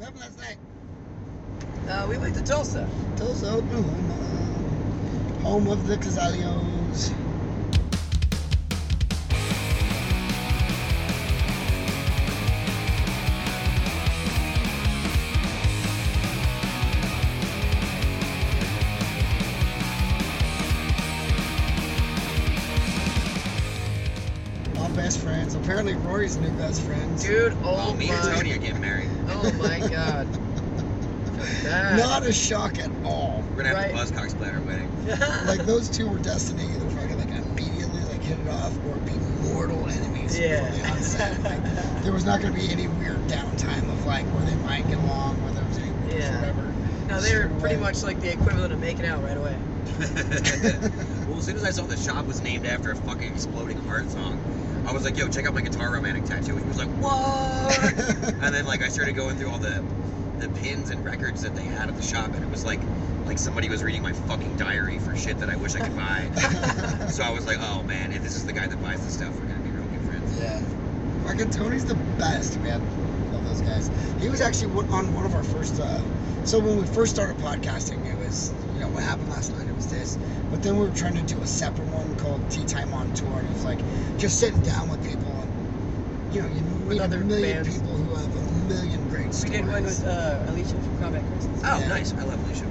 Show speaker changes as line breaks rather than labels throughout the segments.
That was last night.
Uh, we went to Tulsa.
Tulsa, Oklahoma. Home of the Casalios. My best friends. Apparently Rory's new best friends.
Dude, oh
Oh, me and Tony
my,
are getting married.
oh my God. Feel bad.
Not a shock at all.
We're gonna have
Right.
the Buzzcocks play at our wedding.
Like those two were destined to either fucking like immediately like hit it off or be mortal enemies
Yeah.
from the onset. Like there was not gonna be any weird downtime of like where they might get along, where there was any rumors
Yeah. no,
Straight
they're pretty
away.
much like the equivalent of making out right away.
well, as soon as I saw the shop was named after a fucking exploding heart song, I was like, yo, check out my guitar romantic tattoo. He was like, what?
or whatever.
and then like I started going through all the the pins and records that they had at the shop, and it was like like somebody was reading my fucking diary for shit that I wish I could buy. so I was like, oh man, if this is the guy that buys this stuff, we're gonna be real good friends.
yeah. Fucking Tony's the best, man. Love those guys. He was actually one- on one of our first. Uh, so when we first started podcasting, it was you know what happened last night. It was this, but then we were trying to do a separate one called Tea Time on Tour, and it's like just sitting down with people and you know you meet a
other
million
bands.
people who have a million great
We
stories.
did one with uh, Alicia from Combat Christmas.
Oh,
Yeah.
nice. I love Alicia.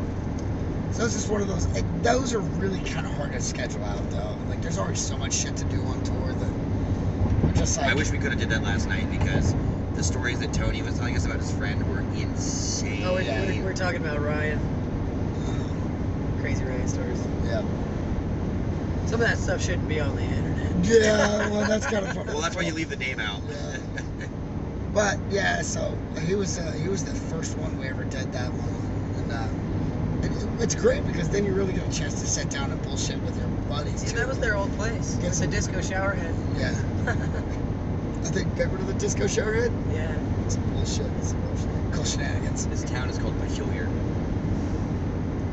So it's just one of those. Like, those are really kind of hard to schedule out though. Like there's always so much shit to do on tour that we're just like.
I wish we could have did that last night because the stories that Tony was telling us about his friend were insane.
Oh, we,
yeah.
we, we're talking about Ryan, crazy Ryan stories.
yeah.
Some of that stuff shouldn't be on the internet.
Yeah, well, that's kind of funny.
well, that's why you leave the name out.
Yeah. But yeah, so he was uh, he was the first one we ever did that one, and uh, it, it- it's great because then you really get a chance to sit down and bullshit with your buddies
See,
too.
that was their old place. It's a disco shower head.
yeah, I think get rid of the disco show yet?
yeah.
It's bullshit. It's bullshit. Cool shenanigans.
This town is called Peculiar.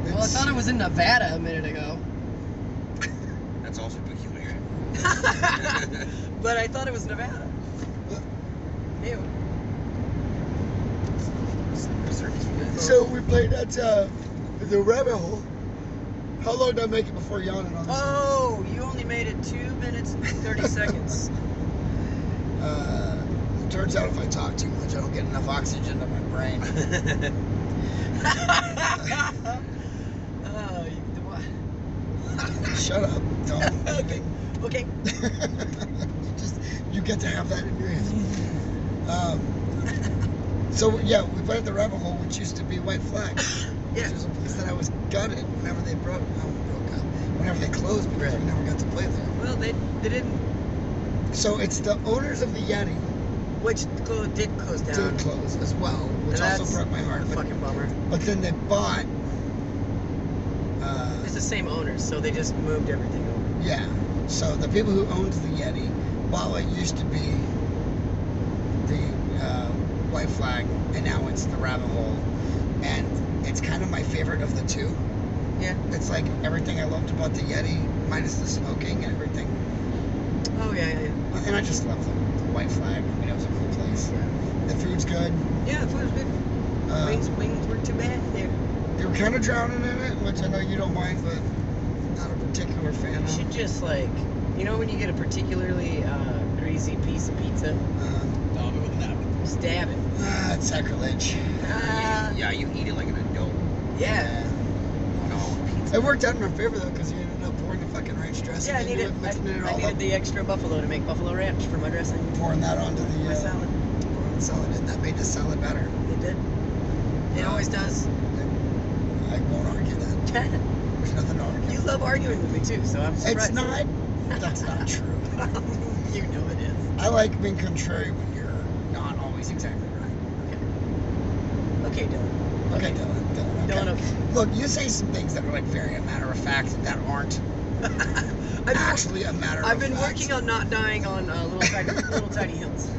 Well, I thought it was in Nevada a minute ago.
That's also peculiar.
but I thought it was Nevada. Ew.
So we played at uh, the rabbit hole. How long did I make it before yawning on this?
Oh, you only made it two minutes and 30 seconds.
Uh, it turns out if I talk too much, I don't get enough oxygen to my brain.
Oh, you- the what?
Shut up, Tom.
okay. Uh, Okay.
you just you get to have that in your head. Um, so yeah, we played at the rabbit hole, which used to be White Flag,
Yeah.
which was a place that I was gutted whenever they broke, no, broke up, whenever they closed because we never got to play there.
Well, they, they didn't,
So it's the owners of the Yeti
which clo- did close down.
did close as well, which
And that's
also broke my heart.
a
But,
fucking bummer.
but then they bought. Uh,
It's the same owners, so they just moved everything over.
Yeah. So the people who owned the Yeti, while it used to be the uh, White Flag, and now it's the Rabbit Hole, and it's kind of my favorite of the two.
Yeah.
It's like everything I loved about the Yeti, minus the smoking and everything.
Oh, yeah, yeah, yeah.
And I just love the the White Flag. I mean, it was a cool place. The food's good.
Yeah, the food was good.
Uh, Uh-huh.
wings, wings were too bad there.
They were kind of drowning in it, which I know you don't mind, but not a particular fan
You
of.
should just like, you know, when you get a particularly uh, greasy piece of pizza,
Uh,
just dab it.
ah, it's sacrilege.
Ah,
yeah, you eat it like an adult.
yeah.
Uh, No,
It worked out in my favor though, because you ended up pouring the fucking ranch dressing.
Yeah, I
into
needed,
it,
I,
mixing it
I
all
needed
up,
the extra buffalo to make buffalo ranch for my dressing.
pouring that onto the
My
uh,
salad.
pouring the salad, and that made the salad better.
It did. It
Yeah.
always does.
I won't argue that.
you
There's nothing to argue.
love arguing with me too, so I'm surprised.
it's not. That's not true.
you know it is.
I like being contrary when you're not always exactly right.
Okay, Dylan.
Okay, Dylan. Dylan. Okay.
Dylan, okay.
Look, you say some things that are like very a matter of fact that aren't
I've been,
actually a matter
I've
of
been
fact.
working on not dying on uh, little tiny, little tiny hills.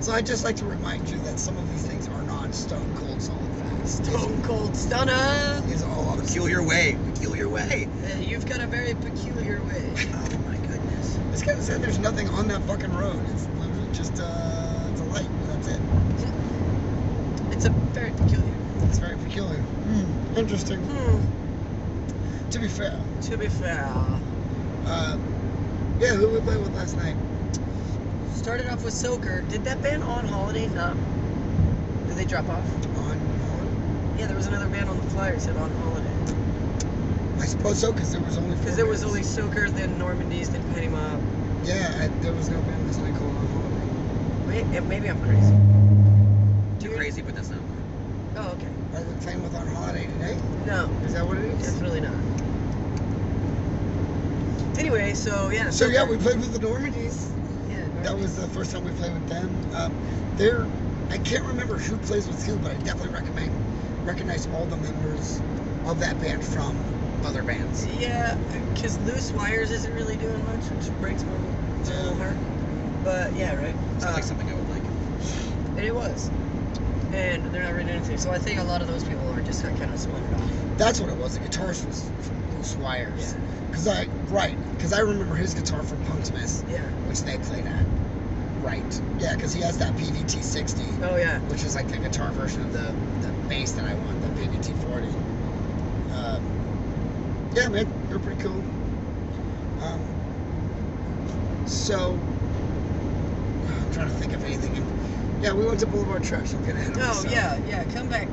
So I would just like to remind you that some of these things are not stone cold solid facts.
Stone cold stunner.
Is all I'm saying.
peculiar way. Peculiar way.
Uh, You've got a very peculiar way.
Oh my goodness.
This guy said there's nothing on that fucking road. It's literally just uh, it's a light. That's it.
It's It's a very peculiar.
It's very peculiar. Hmm, interesting.
Hmm.
To be fair,
To be fair,
uh, yeah, who we played with last night?
started off with Soaker. Did that band on holiday not? Did they drop off?
On,
Yeah, there was another band on the Flyers that on holiday.
I suppose so, because there was only. four
Because there was
bands.
only Soaker, then Normandy's, then Penny Mob.
Yeah, I, there was no band last night called On Holiday.
Wait, and eh, maybe I'm crazy.
Too
Dude.
crazy, but that's not. mine.
Oh, okay.
Are we playing with On Holiday today?
No,
Is that what it is?
definitely not. Anyway, so yeah.
So yeah, we
Soaker-
played with the Normandies.
Yeah,
That was the first time we played with them. Um, they're, I can't remember who plays with who, but I definitely recommend recognize all the members of that band from other bands.
Yeah, because Loose Wires isn't really doing much, which breaks my my little heart. But yeah, right. Uh,
Sounds like something I would like.
and it was. And they're not really doing anything. So I think a lot of those people are just like, kind of splintered off.
That's what it was. The guitarist was from Loose Wires. Cause I right, cause I remember his guitar from Punksmith,
Yeah.
which they played at. Right. Yeah, cause he has that PVT sixty,
Oh, yeah.
which is like the guitar version of the the bass that I want, the PVT forty. Um, yeah, man, they're pretty cool. Um, so I'm trying to think of anything. Yeah, we went to Boulevard Trash. I'm getting ahead of
Oh,
myself.
yeah, yeah. Come back.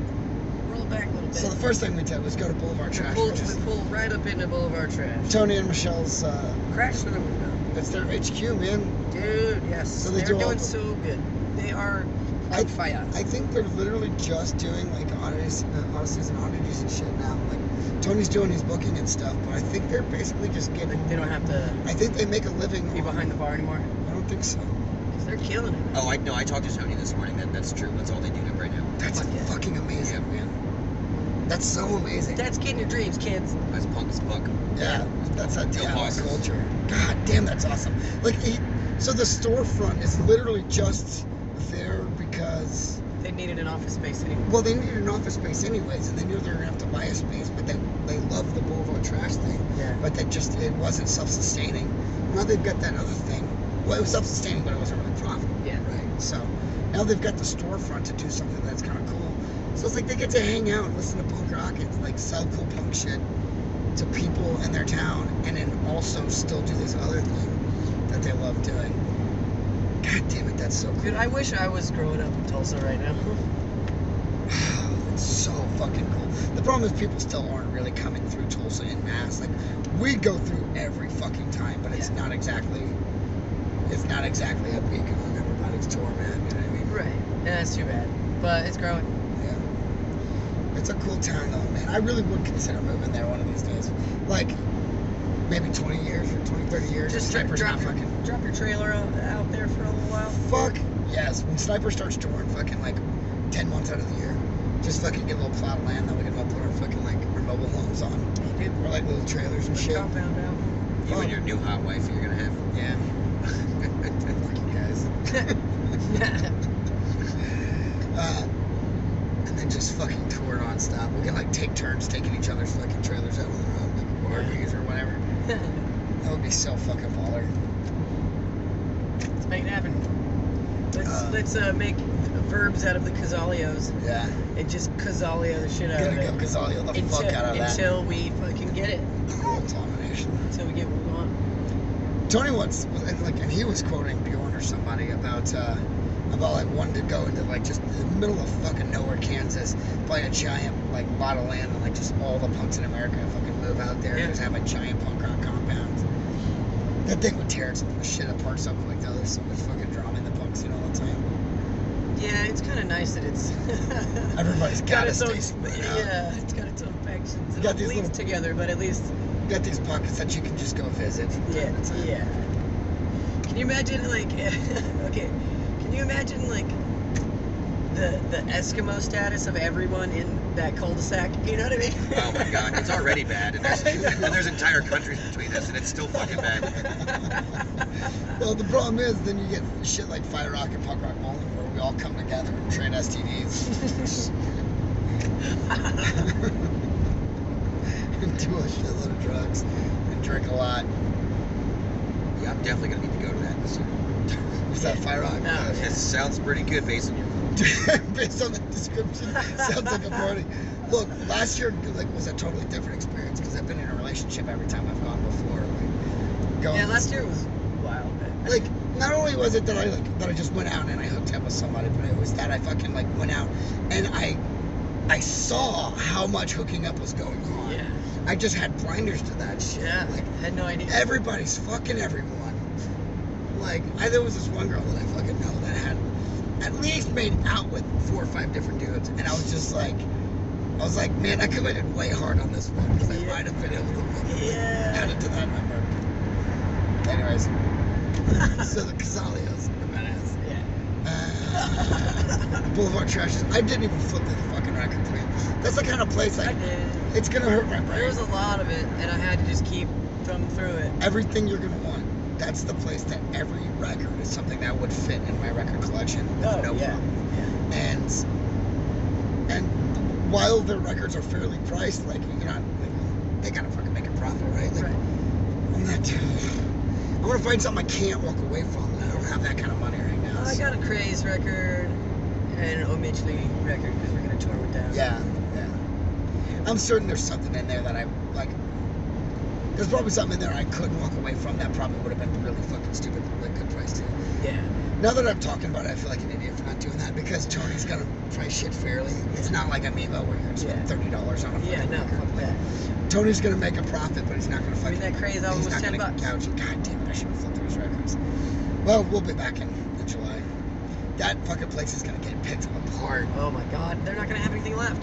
Roll back a little bit.
uh, So the first thing we did was go to Boulevard
we
Trash,
pulled,
which is
we pulled right up into Boulevard Trash.
Tony and Michelle's. Uh,
Crash through the window.
It's their HQ, man.
Dude, yes.
So they
they are
do all
doing
the-
so good. They are
I-
on fire.
I think they're literally just doing like oddities, uh, odysseys and oddities and shit now. Like Tony's doing his booking and stuff, but I think they're basically just getting.
Like, they don't have to
I think they make a living.
be
on-
behind the bar anymore.
I don't think so.
'Cause they're killing it.
Oh, I know. I talked to Tony this morning. That that's true. That's all they do right now.
That's
Fuck yeah.
fucking amazing, man. That's so amazing.
That's getting your dreams, kids.
That's punk as fuck.
yeah, that's a
No
damn
bosses.
culture. God damn, that's awesome. Like, he, so the storefront is literally just there because
They needed an office space anyway.
Well, they needed an office space anyways, and they knew they were gonna have to buy a space, but they they loved the Boulevard trash thing,
Yeah.
but they just it wasn't self-sustaining. Now they've got that other thing. Well, it was self-sustaining, but it wasn't really profitable,
Yeah.
right? So now they've got the storefront to do something that's kind of cool. So it's like they get to hang out, and listen to punk rock, and like sell cool punk shit to people in their town, and then also still do this other thing that they love doing. God damn it, that's so cool.
Dude, I wish I was growing up in Tulsa right now.
It's so fucking cool. The problem is people still aren't really coming through Tulsa in mass. Like we go through every fucking time, but it's
Yeah.
not exactly it's not exactly a peak on everybody's tour, man. You know what
Right. And that's too bad. But it's growing.
I mean? Yeah. It's a cool town though, man. I really would consider moving there one of these days. Like maybe 20 years or 20, 30 years.
Just
Sniper's
drop,
not
your,
fucking
drop your trailer out, out there for a little while.
Fuck yes. When Sniper starts touring, fucking like ten months out of the year, just fucking get a little plot of land that we can all put our fucking like our mobile homes on,
Hey, dude,
or like little trailers and
put the
shit.
compound out.
You and your new hot wife you're gonna have.
Yeah, fucking guys. Uh, and then just fucking tour nonstop. We can like take turns taking each other's fucking trailers out on the road, like RVs or whatever. That would be so fucking baller.
let's make it happen. Let's,
Uh,
let's uh, make verbs out of the Casalios
Yeah,
and just Casalio the shit out of
gonna
it.
go Gazalio the
until,
fuck out of that.
until we fucking get it.
It's all nation.
Until we get what we want.
Tony once, and like, and he was quoting Bjorn or somebody about uh, about like wanting to go into like just the middle of fucking nowhere, Kansas, buy a giant like lot of land, and like just all the punks in America fucking move out there
Yeah.
and just have a giant punk rock compound. That thing would tear its shit apart. Something like that. There's so much fucking drama in the punk scene all the time.
Yeah, it's kind of nice that it's.
Everybody's
got
gotta
its
stay
own.
split out.
Yeah, it's got its own factions.
Got
It
these
bleeds
little-
together, but at least
Got these pockets that you can just go visit. from
Yeah,
time to time.
yeah. Can you imagine like okay? Can you imagine like the the Eskimo status of everyone in that cul-de-sac? You know what I mean?
Oh my god, it's already bad, and there's
I know.
and there's entire countries between us, and it's still fucking bad.
Well, the problem is, then you get shit like Fire Rock and Punk Rock Bowling, where we all come together and trade STDs. and do a shitload of drugs and drink a lot.
Yeah, I'm definitely gonna need to go to that this year.
Was that Fire Rock?
Yeah.
It sounds Uh, pretty good based on your
based on the description, sounds like a party. Look, last year like was a totally different experience because I've been in a relationship every time I've gone before. Like, going,
Yeah, last year was wild. man.
like not only was it that I like that I just went out and I hooked up with somebody, but it was that I fucking like went out and I I saw how much hooking up was going on.
Yeah.
I just had blinders to that shit.
Yeah,
Like
had no idea.
everybody's fucking everyone. Like I there was this one girl that I fucking know that had at least made out with four or five different dudes, and I was just like, I was like, man, I committed way hard on this one because I
Yeah.
might have been able to fucking
Yeah.
add it to that number. Anyways, so the Casalios are badass.
yeah.
Uh, Boulevard Trashes. I didn't even flip through the fucking record plate. That's the kind of place
I
like
did.
it's gonna hurt my
There
brain.
was a lot of it, and I had to just keep thumbing through it.
Everything you're gonna want. That's the place that every record is something that would fit in my record collection. with
Oh,
no
yeah.
problem. and and while their records are fairly priced, like you're not, like, they gotta fucking make a profit, right? Like,
Right.
I'm not. I want to find something I can't walk away from. and I don't have that kind of money right now.
I
so-
got a Craze record and an Omidgley record because we're gonna tour with them.
Yeah, yeah. I'm certain there's something in there that I like. There's probably something in there I couldn't walk away from that probably would have been really fucking stupid, like good price too.
Yeah.
Now that I'm talking about it, I feel like an idiot for not doing that because Tony's gonna price shit fairly. It's not like Amiibo where you're gonna spend
Yeah.
thirty dollars on a
Yeah.
fucking
No.
record.
Fuck that.
Tony's gonna make a profit, but he's not gonna fucking.
that craze album
he's
was
not
10
gonna
bucks.
Couch. God damn it! I should have flipped through his records. Well, we'll be back in, in July. That fucking place is gonna get picked apart.
Oh my God, they're not gonna have anything left.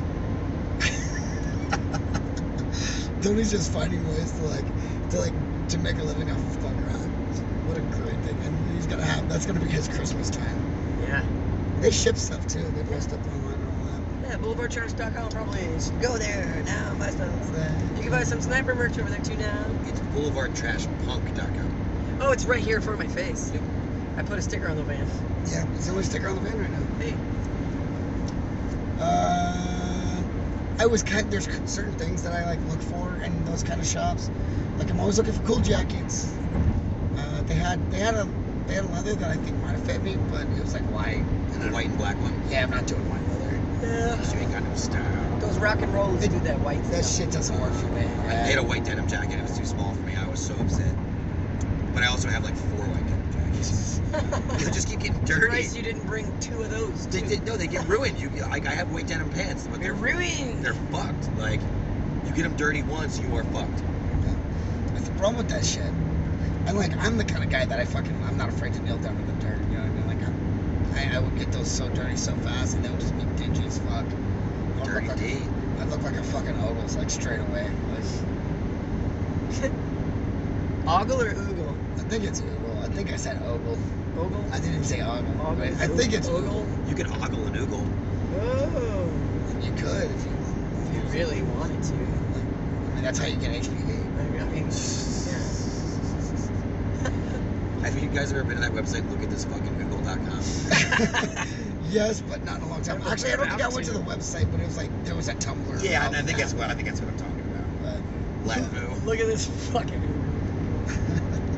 Tony's just finding ways to like to like to make a living off of punk rock. What a great thing! And he's gonna have that's gonna be his Christmas time.
Yeah.
They ship stuff too. They post up online and all
Yeah. BoulevardCharts.com probably. You should Go there now. Buy
that.
stuff.
That-
You can buy some sniper merch over there too now.
It's boulevardtrashpunk.com.
Oh, it's right here in front of my face. I put a sticker on the van.
yeah, it's the only sticker on the van right now.
Hey.
Uh, I was kind. There's certain things that I like look for in those kind of shops. Like I'm always looking for cool jackets. Uh, they had they had a they had a leather that I think might have fit me, but it was like white.
And
Hmm.
the white and black one.
Yeah, I'm not doing white leather.
Yeah.
You ain't got no style.
Those rock and rolls do that white
That
stuff.
shit doesn't work for me.
I had a white denim jacket. It was too small for me. I was so upset. But I also have like four white denim jackets. they just keep getting
Surprised
dirty.
you didn't bring two of those.
They,
too.
they, no, they get ruined. You like I have white denim pants, but
You're
they're
ruined.
they're fucked. Like you get them dirty once, you are fucked.
What's wrong with that shit? And like, I'm the kind of guy that I fucking, I'm not afraid to kneel down in the dirt. You know what I mean? Like, I'm, I, I would get those so dirty so fast, and they would just be dingy as fuck. I look
Dirty
like,
D.
I look like a fucking Odals, like straight away. Like,
Ogle or oogle?
I think it's Ogle. I think I said Ogle.
Ogle.
I didn't even say Ogle.
Ogle
but
is
I think it's
Ogle.
Ogle.
You can ogle and oogle.
Oh.
You could if you.
If you really wanted to.
I mean, that's how you get HPV.
I mean, yeah.
Have you guys ever been to that website? Look at this fucking Google.com.
Yes, but not in a long time. Actually, I don't think I went to the website, but it was like there was a Tumblr.
Yeah,
about
and I think
that,
that's what I think that's what I'm talking about.
but-
Lavu.
Look at this fucking Oogle.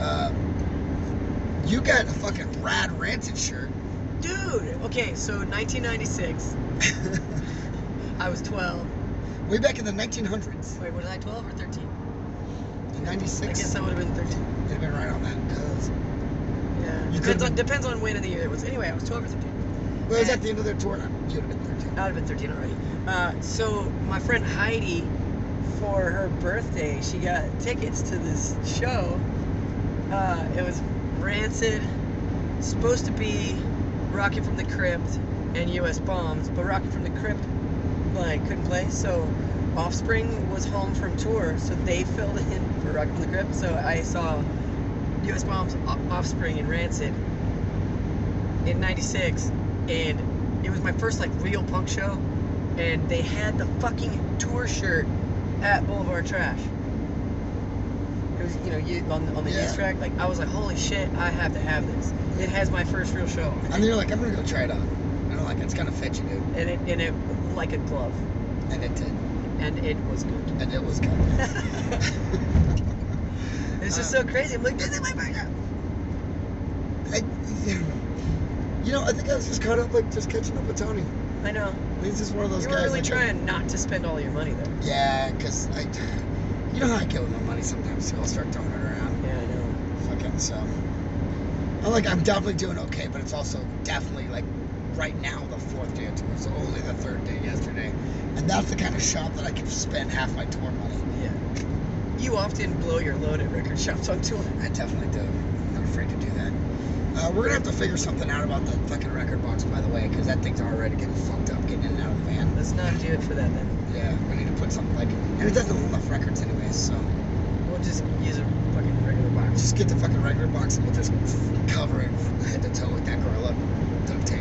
Um, you got a fucking rad rancid shirt.
Dude! Okay, so 1996. I was 12.
Way back in the 1900s.
Wait, was I 12 or 13?
In
I
96.
guess I would have been 13.
You'd have been right on that. 'cause-
Yeah.
You could've
depends, on,
been-
depends on when of the year it was. Anyway, I was 12 or 13.
Well, it was at the end of their tour. and You'd have been 13.
I would have been 13 already. Uh, so, my friend Heidi, for her birthday, she got tickets to this show. Uh, it was Rancid, supposed to be Rocket from the Crypt and U.S. Bombs, but Rocket from the Crypt like couldn't play, so Offspring was home from tour, so they filled in for Rocket from the Crypt. So I saw U.S. Bombs, O- Offspring, and Rancid in '96, and it was my first like real punk show, and they had the fucking tour shirt at Boulevard Trash. It was, you know, you on on the
Yeah.
yeast track. Like I was like, holy shit, I have to have this. It has my first real show,
And then you're like, I'm gonna go try it on. And I'm like, it's gonna fit you, dude.
and it and it like a glove,
And it did.
and it was good.
And it was good.
It's just so crazy. I'm like, this is my burger.
I, You know, I think I was just caught up, like just catching up with Tony.
I know.
He's just one of those
You were
guys.
really
that-
trying not to spend all your money though.
Yeah, cause I, you know how I get with my money sometimes. I'll start throwing it around.
Yeah, I know.
Fucking so. I'm like, I'm definitely doing okay, but it's also definitely like right now the fourth day of tour. So only the third day yesterday, and that's the kind of shop that I can spend half my tour money.
Yeah. You often blow your load at record shops on tour.
I definitely do. I'm not afraid to do that. Uh, we're gonna have to figure something out about that fucking record box, by the way, because that thing's already getting fucked up getting in and out of the van.
Let's not do it for that then.
Yeah, we need to put something like, and it doesn't hold enough records anyways, so
We'll just use a fucking regular box.
just get the fucking record box and we'll just cover it head to toe with that gorilla duct tape.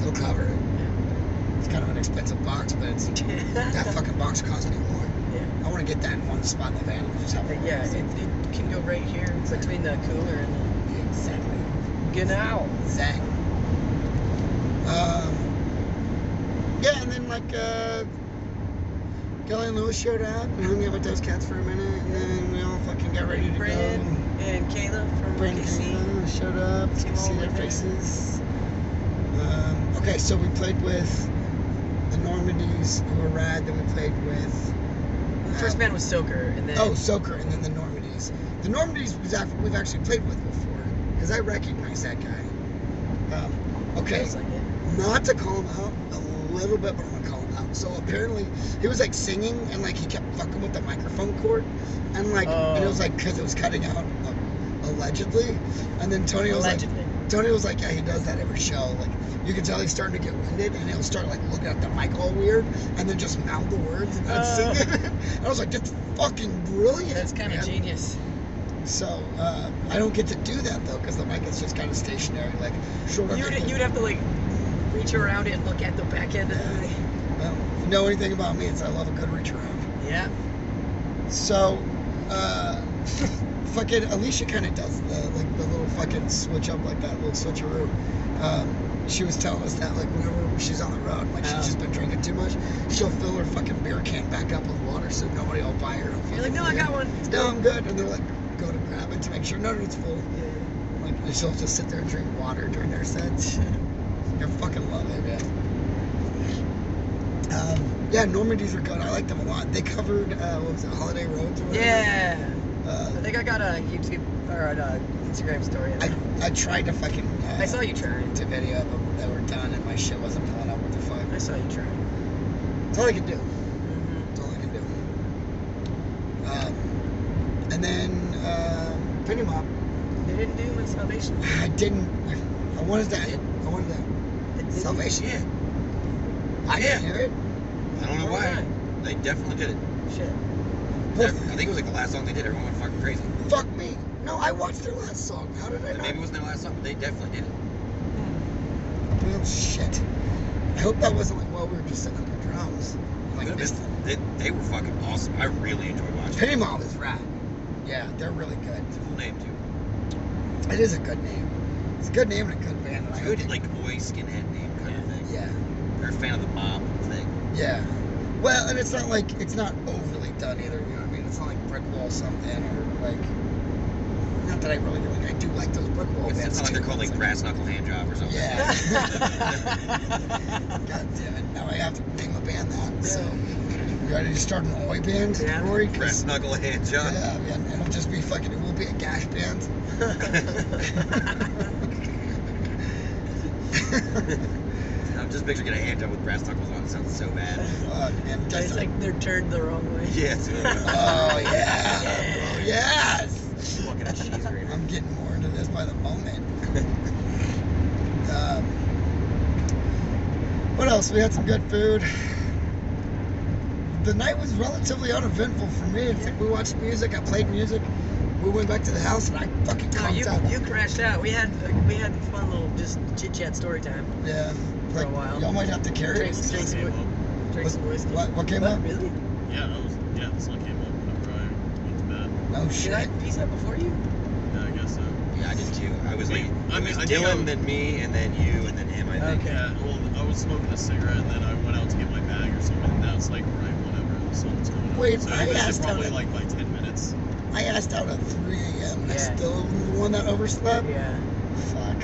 It'll cover it. It's kind of an expensive box, but it's that fucking box cost me more.
Yeah.
I want to get that in one spot in the van. and Just have
But
it.
yeah, it, it can go right here between the cooler and
exactly.
the genau.
Zach. Um, yeah, and then like uh, Kelly and Lewis showed up and hung out with those cats for a minute, and then we all fucking got ready to
Brand
go.
and Caleb from
Brandon
KC.
Canada showed up. You
Came
can see
over
their
there.
faces. Um, okay, so we played with the Normandies, who were rad. Then we played with
The first band was Soaker, and then
oh Soaker, and then the Normandies. The Normandies was act- we've actually played with before because I recognize that guy. Um, okay,
feels like it.
not to call him out a little bit, but I'm gonna call him out. So apparently he was like singing and like he kept fucking with the microphone cord, and like and it was
Oh.
like because it was cutting out uh, allegedly, and then Tony was like.
Allegedly.
Tony was like, yeah, he does that every show. Like, you can tell he's starting to get winded, and he'll start like looking at the mic all weird, and then just mouth the words and then
Oh.
sing it. And I was like, that's fucking brilliant.
That's kind of
man."
genius.
So uh, I don't get to do that though, because the mic is just kind of stationary. Like, sure.
You'd, you'd have to like reach around it and look at the back end of the thing.
Well, if you know anything about me? It's I love a good reach around.
Yeah.
So, uh, fucking Alicia kind of does the like the little fucking switch up like that little switcheroo. Um, she was telling us that like whenever she's on the road, like
Oh.
she's just been drinking too much, she'll fill her fucking beer can back up with water so nobody will buy her. a
You're
fucking
like, no, I
beer."
got one. It's
No,
good.
I'm good. And they're like, go to grab it to make sure no, no, it's full. Like and she'll just sit there and drink water during their sets. I fucking love it, man. Um, yeah, Normandies are good. I like them a lot. They covered uh, what was it, Holiday Roads? Or whatever.
Yeah.
Uh,
I think I got a YouTube or an uh, Instagram story.
I, I tried to fucking. Uh,
I saw you trying.
To video of them that were done, and my shit wasn't pulling up. What the fuck?
I saw you trying.
That's all I can do.
Mm-hmm.
That's all I can do. Um, and then uh, Penny Mop.
They didn't do my salvation.
I didn't. I wanted that. I wanted that. Salvation.
Yeah,
I didn't
Yeah.
hear it.
I don't know
Why
why. They definitely did it.
Shit.
I think it was like the last song they did. Everyone went fucking crazy.
Fuck me. No, I watched their last song. How did I
And
not?
maybe it wasn't their last song, but they definitely did it.
Well, shit. I hope that wasn't like while we were just sitting on the drums. Like,
Could've
this,
been- they, they were fucking awesome. I really enjoyed watching.
Penny Mall is rad. Yeah, they're really good.
It's a cool name too.
It is a good name. It's a good name and a good band. and I
Good
hope-
like boy skinhead name kind of thing.
Yeah.
They're a fan of the mob thing.
Yeah. Well, and it's not like it's not overly done either. You know what I mean? It's not like brick wall something or like. Not that I really like. I do like those brick wall
It's,
bands.
it's not like
too.
they're called like
It's
brass knuckle hand job or something.
Yeah.
Mm.
God damn it! Now I have to name a band that. So
Yeah.
you ready to start an oi band,
Yeah.
Rory? 'Cause-
Brass knuckle hand job.
Yeah, man. It'll just be fucking. It will be a gash band.
I'm just picturing getting a hand job with brass knuckles on. It sounds so bad.
Uh, and just
it's
like,
like they're turned the wrong way.
Yeah. It's really bad.
oh yeah, oh, yes.
Fucking cheese grater.
I'm getting more into this by the moment. um, what else? We had some good food. The night was relatively uneventful for me. I think we watched music. I played music. We went back to the house and I fucking conked
No, Oh, you,
out.
you crashed out. We had like, we had fun little just chit chat story time.
yeah,
for a while.
Y'all might have to carry
Drink,
us.
drink, some, whi- drink
What-
some whiskey.
what- what came up?
Really?
Yeah, that was, yeah, this one came up after I went to bed.
Oh
Did
shit.
I piece up before you?
Yeah, I guess so.
Yeah, I did too. I was like,
I
I
mean,
was
I think
Dylan,
I'm-
then me, and then you, and then him. I think.
Okay.
Yeah, well, I was smoking a cigarette, and then I went out to get my bag or something, and that's like right whenever the sun was coming up.
Wait,
so
I
it was
asked
probably
him-
like by 10 minutes.
I asked out at 3 a.m. and I
Yeah.
still am the one that overslept.
Yeah.
Fuck.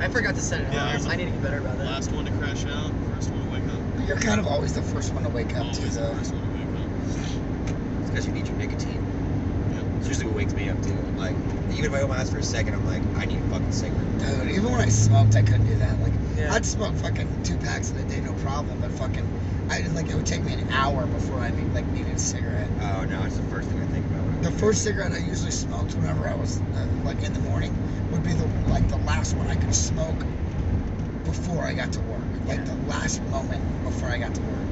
I forgot to set an
Yeah, I
alarm.
was-
I need to get better about that.
Last one to crash out, first one to wake up.
You're kind of always the first one to wake up to
Always the
though.
first one to wake
It's because you need your nicotine.
up. Yep.
It's usually what wakes me up too. Like even if I open my eyes for a second, I'm like, I need a fucking cigarette.
Dude, even when I smoked, I couldn't do that. Like,
Yeah.
I'd smoke fucking two packs in a day, no problem. But fucking, I like it would take me an hour before I need, like needed a cigarette.
Oh no, it's the first thing I think about. when I
The
wake
first cigarette I usually smoked whenever I was uh, like in the morning would be the like the last one I could smoke before I got to work, like
Yeah.
the last moment before I got to work.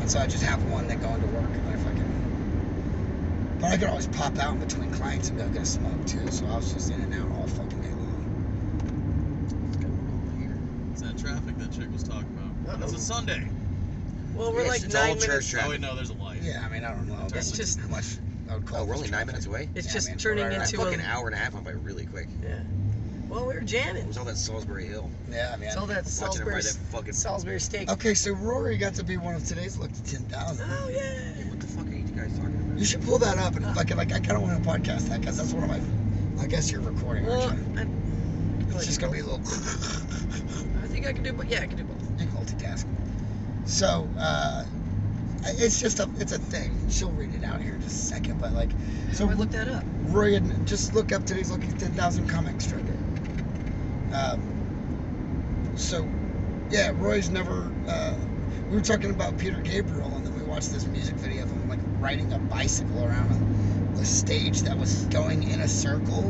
And so I just have one that go into work and I fucking. But I could always pop out in between clients and go get a smoke too. So I was just in and out all fucking day long.
up. Got one over here.
It's that traffic that chick was talking about. It's
Uh-oh.
a Sunday.
Well, we're
Yes,
like
it's all
nine minutes.
church
Oh wait,
traffic.
no, there's a light.
Yeah, I mean I don't know. about,
It's
like,
just-
how much. I would call
Oh, we're
this
only
traffic.
nine minutes away.
It's
Yeah,
just
man,
turning
right, right.
That
into
fucking
a.
hour and a half went by really quick.
Yeah. Well, we were
It
jamming.
was all that Salisbury Hill.
Yeah, man.
It's all that
Watching him
Salisbury,
ride that fucking.
Salisbury steak.
Okay, so Rory got to be one of today's look to ten thousand.
Oh yeah.
What the fuck are you guys talking about?
You should pull that up and fucking like I kind of want to podcast that because that's one of my. I guess you're recording.
Well,
aren't
I,
you? It's just gonna be a little.
I think I can do, but yeah, I can do both.
You multitask. So uh, it's just a it's a thing. She'll read it out here in just a second, but like so
So I looked that up.
Rory had just look up today's looking ten thousand comic strip. Um, so yeah, Roy's never. Uh, we were talking about Peter Gabriel, and then we watched this music video of him like riding a bicycle around a, a stage that was going in a circle,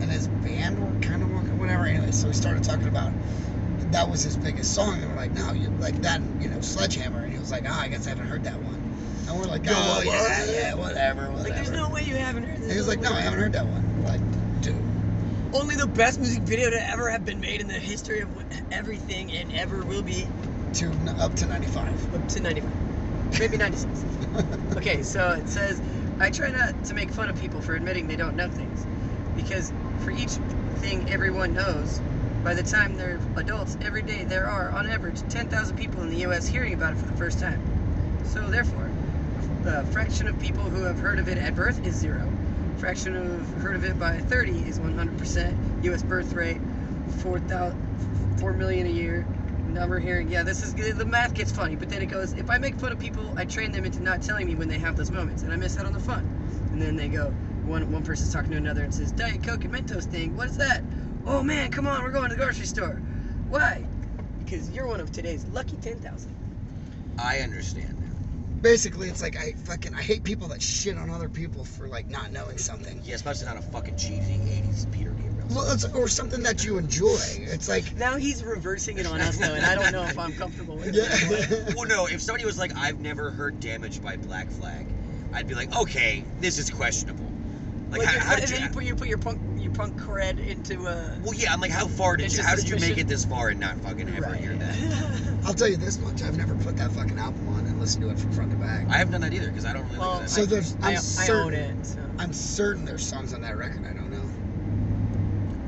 and his band were kind of walking, whatever. Anyway, so we started talking about that was his biggest song, and we're like, no, you like that, you know, Sledgehammer, and he was like, oh, I guess I haven't heard that one, and we're like,
Go,
oh yeah,
what?"
yeah, whatever, whatever.
Like, there's no way you haven't heard this.
He was like, no, I haven't heard that one. Like, dude.
Only the best music video to ever have been made in the history of everything and ever will be
To up to 95.
up to 95. Maybe 96. okay, so it says, I try not to make fun of people for admitting they don't know things. Because for each thing everyone knows, by the time they're adults, every day there are, on average, 10,000 people in the U.S. hearing about it for the first time. So therefore, the fraction of people who have heard of it at birth is zero. Fraction who have heard of it by 30 is 100%. U.S. birth rate, 4, thou- 4 million a year. Number hearing, yeah, this is the math gets funny, but then it goes. If I make fun of people, I train them into not telling me when they have those moments, and I miss out on the fun. And then they go, one one person's talking to another and says, Diet Coke and Mentos thing. What is that? Oh man, come on, we're going to the grocery store. Why? Because you're one of today's lucky ten thousand.
I understand now.
Basically, it's like I fucking I hate people that shit on other people for like not knowing something.
Yeah, especially not a fucking cheesy '80s Peter Gabriel. song.
Well, it's, or something that you enjoy. It's like
Now he's reversing it on us though, and I don't know if I'm comfortable with
yeah.
it. anymore.
well, no. If somebody was like, "I've never heard Damaged by Black Flag," I'd be like, "Okay, this is questionable." Like,
Like,
how,
if-
how did
and
you?
then you put, you put your punk your punk cred into uh, a.
well, yeah. I'm like, how far did
It's
you?
just
How did you make
suspicion.
it this far and not fucking ever hear that?
I'll tell you this much: I've never put that fucking album on and listened to it from front to back.
I haven't done that either because I don't really.
Well,
like that.
so
I-
there's I'm
I, I own
certain
it. So.
I'm certain there's songs on that record I don't know.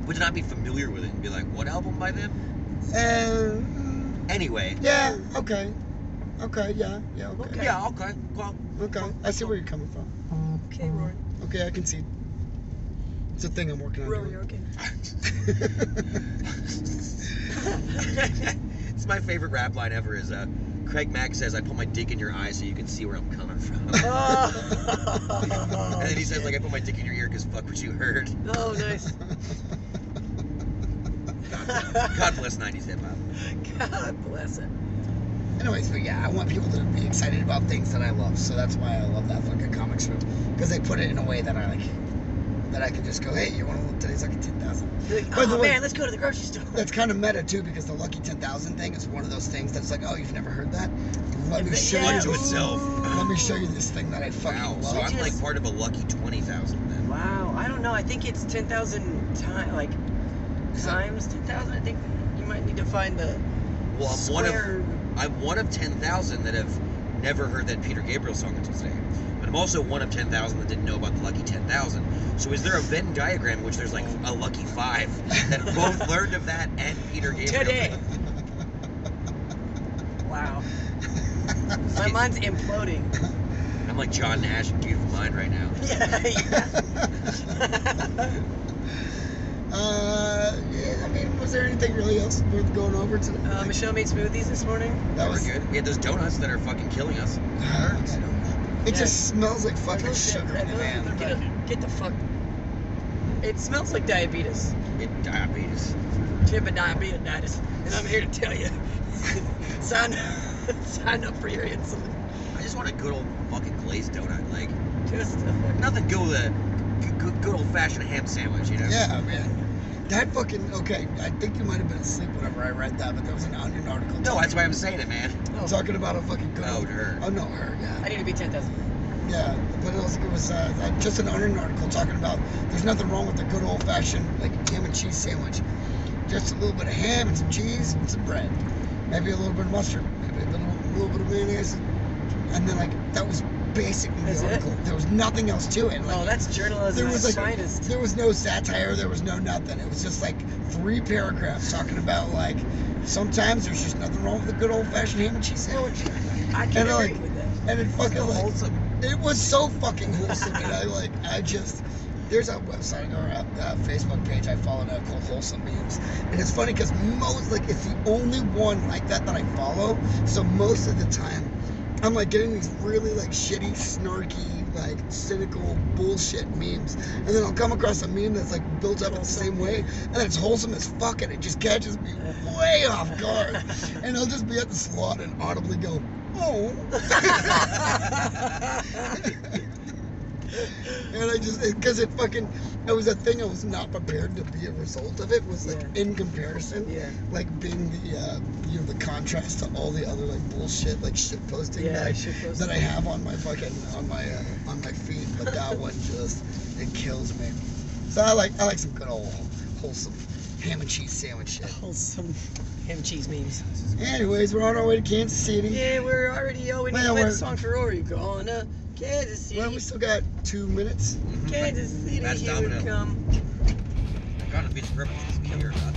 would not be familiar with it and be like, "What album by them?"
Um,
Anyway.
yeah. Okay. Okay. Yeah. Yeah. Okay.
Yeah. Okay. Well,
Okay. I see where you're coming from.
Okay, Roy.
Okay, I can see. It's a thing I'm working on.
Roy,
doing.
you're okay.
it's my favorite rap line ever. Is uh, Craig Mack says, "I put my dick in your eye so you can see where I'm coming from,"
oh,
and then he says, "Like I put my dick in your ear because fuck what you heard."
oh, nice.
God bless '90s hip hop.
God bless it.
Anyways, but yeah, I want people to be excited about things that I love, so that's why I love that fucking comic strip because they put it in a way that I like, that I can just go, hey, you want to look today's lucky ten thousand?
You're like,
By the
oh
way-
man, let's go to the grocery store.
That's kind of meta too, because the lucky ten thousand thing is one of those things that's like, oh, you've never heard that? Let me
Yeah,
show
One
you.
to
ooh.
This,
itself.
let me show you this thing that I fucking
Wow.
love.
So I'm like
Just-
part of a lucky twenty thousand then.
Wow, I don't know. I think it's ten thousand times, like times ten thousand. I think you might need to find the
Well, I'm
square.
one of I'm one of ten thousand that have never heard that Peter Gabriel song until today. But I'm also one of ten thousand that didn't know about the lucky ten thousand. So is there a Venn diagram in which there's like a lucky five that both learned of that and Peter Gabriel?
today. wow, my mind's imploding.
I'm like John Nash, in beautiful mind right now.
yeah, yeah.
uh, yeah, I mean, was was there anything really else worth going over today?
Uh, Michelle made smoothies this morning.
that was
Um, good. Yeah, those donuts that are fucking killing us.
Hurts. It just smells like fucking
Those shit
sugar
right
in the
there.
van.
Get, a- get the fuck. It smells like diabetes.
It, diabetes.
Tip of diabetes, and I'm here to tell you. sign, sign up for your insulin.
I just want a good old fucking glazed donut. Like
Just a fucking-
nothing go with a g- g- good old fashioned ham sandwich. You know.
Yeah, man. That fucking okay. I think you might have been asleep whenever I read that, but there was an Onion article.
No, that's why I'm saying it, man.
oh,
talking about a fucking good.
No,
old-
her.
Oh no, her. Yeah,
I need to be 10,000.
yeah. But it was, it was uh, like just an Onion article talking about there's nothing wrong with a good old fashioned like ham and cheese sandwich. Just a little bit of ham and some cheese and some bread, maybe a little bit of mustard, maybe a little, little bit of mayonnaise, and then like that was basically
That's
the
it?
article. There was nothing else to it. Like,
Oh, that's journalism
there
at
was
its
like
finest.
there was no satire there was no nothing it was just like three paragraphs talking about like sometimes there's just nothing wrong with a good old-fashioned ham and cheese sandwich
I
and
can't
I,
agree
like-
with that.
and it fucking
So
like,
wholesome.
it was so fucking wholesome and i like i just there's a website or a, a facebook page i follow now called wholesome memes and it's funny because most like it's the only one like that that i follow so most of the time i'm like getting these really like shitty snarky like cynical bullshit memes and then i'll come across a meme that's like built up in the same way and then it's wholesome as fuck and it just catches me way off guard and i'll just be at the slot and audibly go oh And I just, because it fucking, it was a thing I was not prepared to be a result of it, was like
Yeah.
in comparison,
Yeah.
like being the, uh, you know, the contrast to all the other like bullshit, like shit posting
Yeah,
that, I,
shitposting.
that I have on my fucking, on my, uh, on my feed, but that one just, it kills me. So I like, I like some good old wholesome ham and cheese sandwich shit.
Wholesome ham cheese memes.
Anyways, we're on our way to Kansas City.
Yeah, we're already. Oh, we need
Well,
to play the
we're-
song for Ori. Going to Kansas City.
Well, we still got two minutes.
Mm-hmm.
Kansas City,
That's
here we
Domino.
come.
I got a bitch purple. Just kill her.